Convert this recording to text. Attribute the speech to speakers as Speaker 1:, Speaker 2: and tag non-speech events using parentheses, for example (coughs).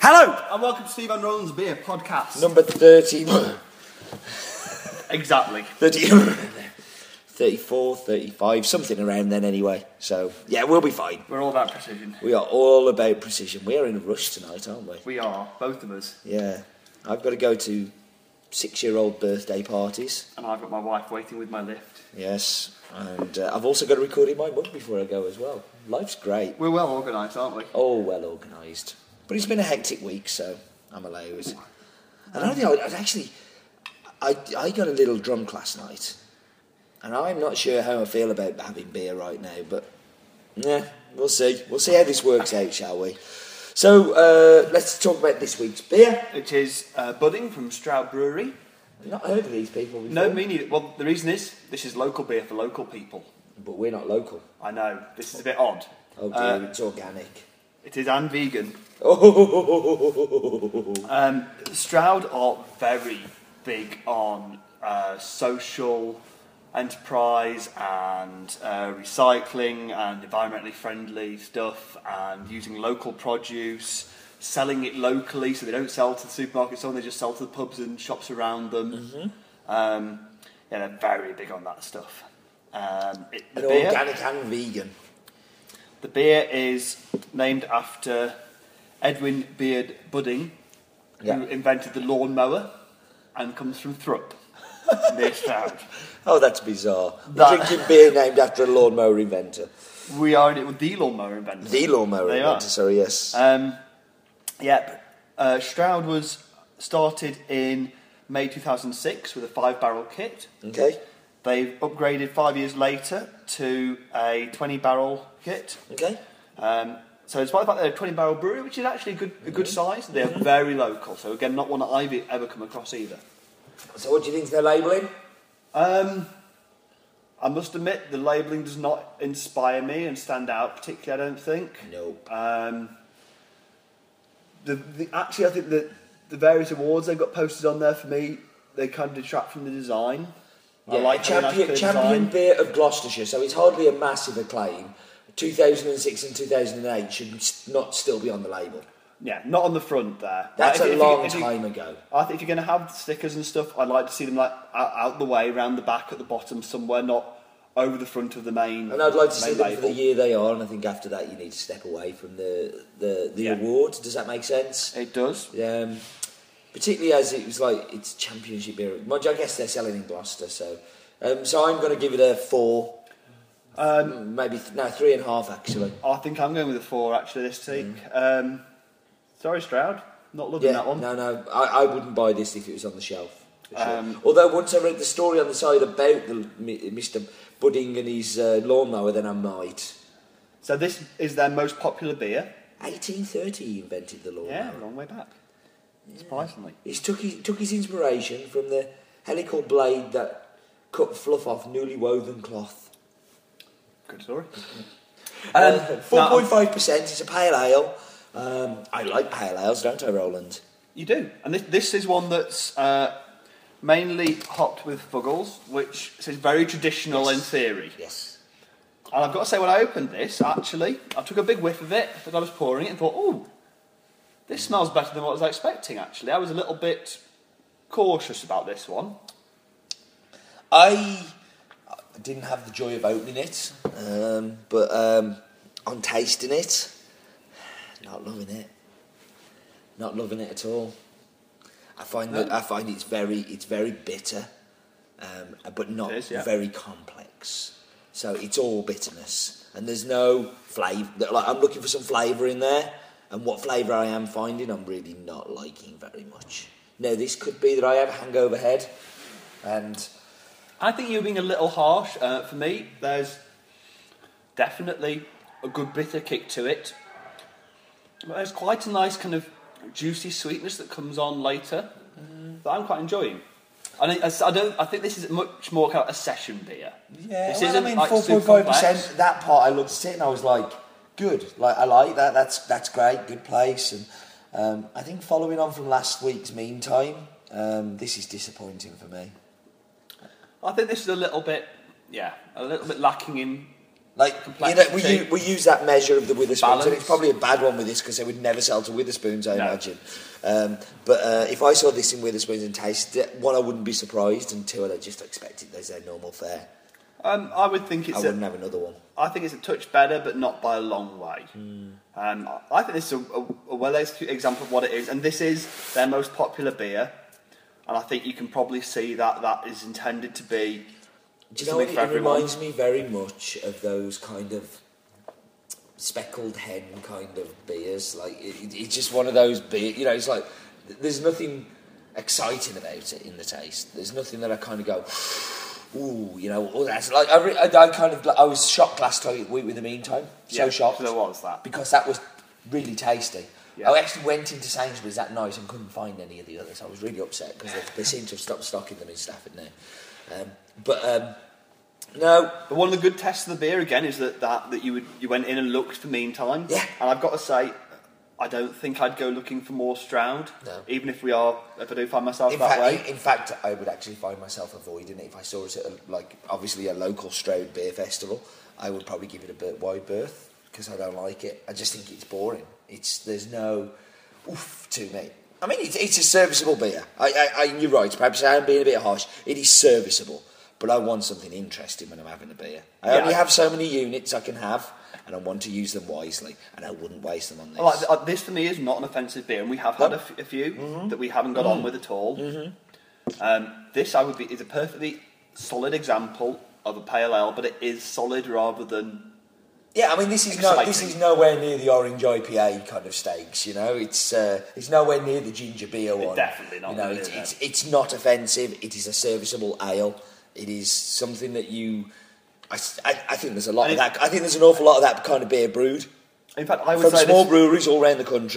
Speaker 1: Hello!
Speaker 2: And welcome to Steve and Roland's Beer Podcast.
Speaker 3: Number (coughs) 30,
Speaker 2: Exactly.
Speaker 3: 30 (coughs) 34, 35, something around then anyway. So, yeah, we'll be fine.
Speaker 2: We're all about precision.
Speaker 3: We are all about precision. We are in a rush tonight, aren't we?
Speaker 2: We are, both of us.
Speaker 3: Yeah. I've got to go to six year old birthday parties.
Speaker 2: And I've got my wife waiting with my lift.
Speaker 3: Yes. And uh, I've also got to record in my mug before I go as well. Life's great.
Speaker 2: We're well organised, aren't we?
Speaker 3: all well organised. But it's been a hectic week, so I'm allowed. And I think I I'd actually, I, I got a little drum class night, and I'm not sure how I feel about having beer right now, but yeah, we'll see. We'll see how this works out, shall we? So uh, let's talk about this week's beer.
Speaker 2: It is uh, Budding from Stroud Brewery.
Speaker 3: I've not heard of these people before.
Speaker 2: No, me neither. Well, the reason is this is local beer for local people.
Speaker 3: But we're not local.
Speaker 2: I know, this is a bit odd.
Speaker 3: Oh dear,
Speaker 2: Uh,
Speaker 3: it's organic. (laughs)
Speaker 2: it is and vegan.
Speaker 3: Oh,
Speaker 2: Um, Stroud are very big on uh, social enterprise and uh, recycling and environmentally friendly stuff and using local produce, selling it locally so they don't sell to the supermarkets, so on, they just sell to the pubs and shops around them. Um, yeah, they're very big on that stuff. Um, it, the,
Speaker 3: and
Speaker 2: beer,
Speaker 3: organic and vegan.
Speaker 2: the beer is named after Edwin Beard Budding who
Speaker 3: Yeah.
Speaker 2: invented the lawnmower and comes from Thrupp, (laughs) near Stroud.
Speaker 3: Oh, that's bizarre. We're
Speaker 2: That-
Speaker 3: Drinking beer named after a lawnmower inventor.
Speaker 2: We are in it with the lawnmower inventor.
Speaker 3: The lawnmower
Speaker 2: They
Speaker 3: inventor,
Speaker 2: are.
Speaker 3: sorry, yes.
Speaker 2: Um, yep. Uh, Stroud was started in May 2006 with a five barrel kit.
Speaker 3: okay,
Speaker 2: They've upgraded five years later to a 20 barrel kit.
Speaker 3: okay.
Speaker 2: Um, so despite the fact they're a 20 barrel brewery, which is actually a good, a good size, they're
Speaker 3: Mm-hmm.
Speaker 2: very local. So again, not one that I've e- ever come across either.
Speaker 3: So, what do you think they're labelling?
Speaker 2: Um, I must admit, the labelling does not inspire me and stand out particularly. I don't think.
Speaker 3: Nope.
Speaker 2: Um, the, the actually, I think that the various awards they've got posted on there for me, they kind of detract from the design. I
Speaker 3: Yeah,
Speaker 2: like having a nice
Speaker 3: champion,
Speaker 2: clear
Speaker 3: champion
Speaker 2: design.
Speaker 3: beer of Gloucestershire, so it's hardly a massive acclaim. 2006 and 2008 should s- not still be on the label.
Speaker 2: Yeah, not on the front there.
Speaker 3: That's
Speaker 2: Like, Uh, if
Speaker 3: a
Speaker 2: you-
Speaker 3: long
Speaker 2: if you-
Speaker 3: time ago.
Speaker 2: I think if you're going to have stickers and stuff, I'd like to see them like out, out the way, around the back, at the bottom somewhere, not over the front of the main.
Speaker 3: And I'd like to see
Speaker 2: main
Speaker 3: them for the
Speaker 2: label.
Speaker 3: year they are, and I think after that you need to step away from the, the, the
Speaker 2: Yeah.
Speaker 3: award. Does that make sense?
Speaker 2: It does.
Speaker 3: Um, particularly as it was like it's championship beer. Much I guess they're selling in Gloucester, so um, so I'm going to give it a four. Um, maybe th- no three and a half actually.
Speaker 2: I think I'm going with a four actually this week. Um, sorry, Stroud, not loving
Speaker 3: Yeah,
Speaker 2: that one.
Speaker 3: no, no, I, I wouldn't buy this if it was on the shelf. for Sure.
Speaker 2: Um,
Speaker 3: Although once I read the story on the side about the M- Mr. Budding and his uh, lawnmower, then I might.
Speaker 2: So this is their most popular beer.
Speaker 3: 1830, he invented the lawnmower.
Speaker 2: Yeah, long way back. Surprisingly,
Speaker 3: He took his, took his inspiration from the helical blade that cut fluff off newly woven cloth.
Speaker 2: good story.
Speaker 3: (laughs) Um,
Speaker 2: Um,
Speaker 3: Four
Speaker 2: now-
Speaker 3: point five percent. It's a pale ale. Um, I like pale ales, don't I, Roland?
Speaker 2: You do, and this, this is one that's uh, mainly hopped with Fuggles, which is very traditional in theory.
Speaker 3: Yes.
Speaker 2: And I've got to say, when I opened this, actually, I took a big whiff of it as I was pouring it and thought, "Oh, this smells better than what I was expecting." Actually, I was a little bit cautious about this one.
Speaker 3: I I didn't have the joy of opening it, um, but um, on tasting it, not loving it. Not loving it at all. I find that I find it's very it's very bitter, um, but not
Speaker 2: It is, yeah.
Speaker 3: very complex. So it's all bitterness, and there's no flavour. Like I'm looking for some flavour in there, and what flavour I am finding, I'm really not liking very much. Now this could be that I have a hangover head, and
Speaker 2: I think you're being a little harsh. Uh, for me, there's definitely a good bitter kick to it. But there's quite a nice kind of juicy sweetness that comes on later uh, that I'm quite enjoying. And I, I, don't. I think this is much more kind of a session beer.
Speaker 3: Yeah,
Speaker 2: this
Speaker 3: well, I
Speaker 2: isn't,
Speaker 3: mean,
Speaker 2: like,
Speaker 3: four
Speaker 2: super
Speaker 3: point five percent.
Speaker 2: complex.
Speaker 3: That part, I looked at it and I was like, "Good, like I like that. That's that's great. Good place." And um, I think following on from last week's meantime, um, this is disappointing for me.
Speaker 2: I think this is a little bit, yeah, a little bit lacking in
Speaker 3: Like you know, we,
Speaker 2: Complexity.
Speaker 3: u- we use that measure of the Witherspoons, and
Speaker 2: Balance.
Speaker 3: it's probably a bad one with this because they would never sell to Witherspoons, I
Speaker 2: No.
Speaker 3: imagine. Um, but uh, if I saw this in Witherspoons and Taste, uh, one, I wouldn't be surprised, and two, I'd just expect it as their normal fare.
Speaker 2: Um, I would think
Speaker 3: I
Speaker 2: it's.
Speaker 3: wouldn't
Speaker 2: A,
Speaker 3: have another one.
Speaker 2: I think it's a touch better, but not by a long way.
Speaker 3: Hmm.
Speaker 2: Um, I- I think this is a, a, a well executed example of what it is, and this is their most popular beer. And I think you can probably see that that is intended to be.
Speaker 3: Do you know
Speaker 2: something
Speaker 3: what?
Speaker 2: for
Speaker 3: It
Speaker 2: everyone.
Speaker 3: reminds me very much of those kind of speckled hen kind of beers. Like it, it- it's just one of those beer. You know, it's like th- there's nothing exciting about it in the taste. There's nothing that I kind of go. (sighs) Ooh, you know, oh, that's like I, re- I, I kind of I was shocked last time- week with the meantime. So
Speaker 2: Yeah,
Speaker 3: shocked
Speaker 2: There was that.
Speaker 3: because that was really tasty.
Speaker 2: Yeah.
Speaker 3: I actually went into Sainsbury's that night and couldn't find any of the others. I was really upset because they, they seem to have stopped stocking them in Stafford now. Um, but um, no,
Speaker 2: But one of the good tests of the beer again is that that, that you would you went in and looked for meantime.
Speaker 3: Yeah.
Speaker 2: And I've got to say, I don't think I'd go looking for more Stroud.
Speaker 3: No.
Speaker 2: Even if we are, if I do find myself
Speaker 3: in
Speaker 2: that
Speaker 3: fact,
Speaker 2: way.
Speaker 3: in fact, I would actually find myself avoiding it if I saw it at a, like obviously a local Stroud beer festival. I would probably give it a bit wide berth because I don't like it. I just think it's boring. It's there's no oof to me. I mean, it's, it's a serviceable beer. I, I, I, you're right. Perhaps I am being a bit harsh. It is serviceable, but I want something interesting when I'm having a beer. I
Speaker 2: Yeah,
Speaker 3: only
Speaker 2: I-
Speaker 3: have so many units I can have, and I want to use them wisely, and I wouldn't waste them on this.
Speaker 2: I Like, uh, this for me is not an offensive beer, and we have had a, f- a few
Speaker 3: Mm-hmm.
Speaker 2: that we haven't got on with at all. Um, this I would be is a perfectly solid example of a pale ale, but it is solid rather than
Speaker 3: Yeah, I mean, this is no, this
Speaker 2: Exciting.
Speaker 3: is nowhere near the orange IPA kind of stakes. You know, it's uh, it's nowhere near the ginger beer one.
Speaker 2: definitely not
Speaker 3: You know,
Speaker 2: near
Speaker 3: it's,
Speaker 2: that.
Speaker 3: it's it's not offensive. It is a serviceable ale. It is something that you. I, s- I- I think there's a lot of
Speaker 2: And
Speaker 3: that. I think there's an awful lot of that kind of beer brewed
Speaker 2: in fact I would
Speaker 3: from
Speaker 2: say
Speaker 3: small
Speaker 2: this,
Speaker 3: breweries all around the country.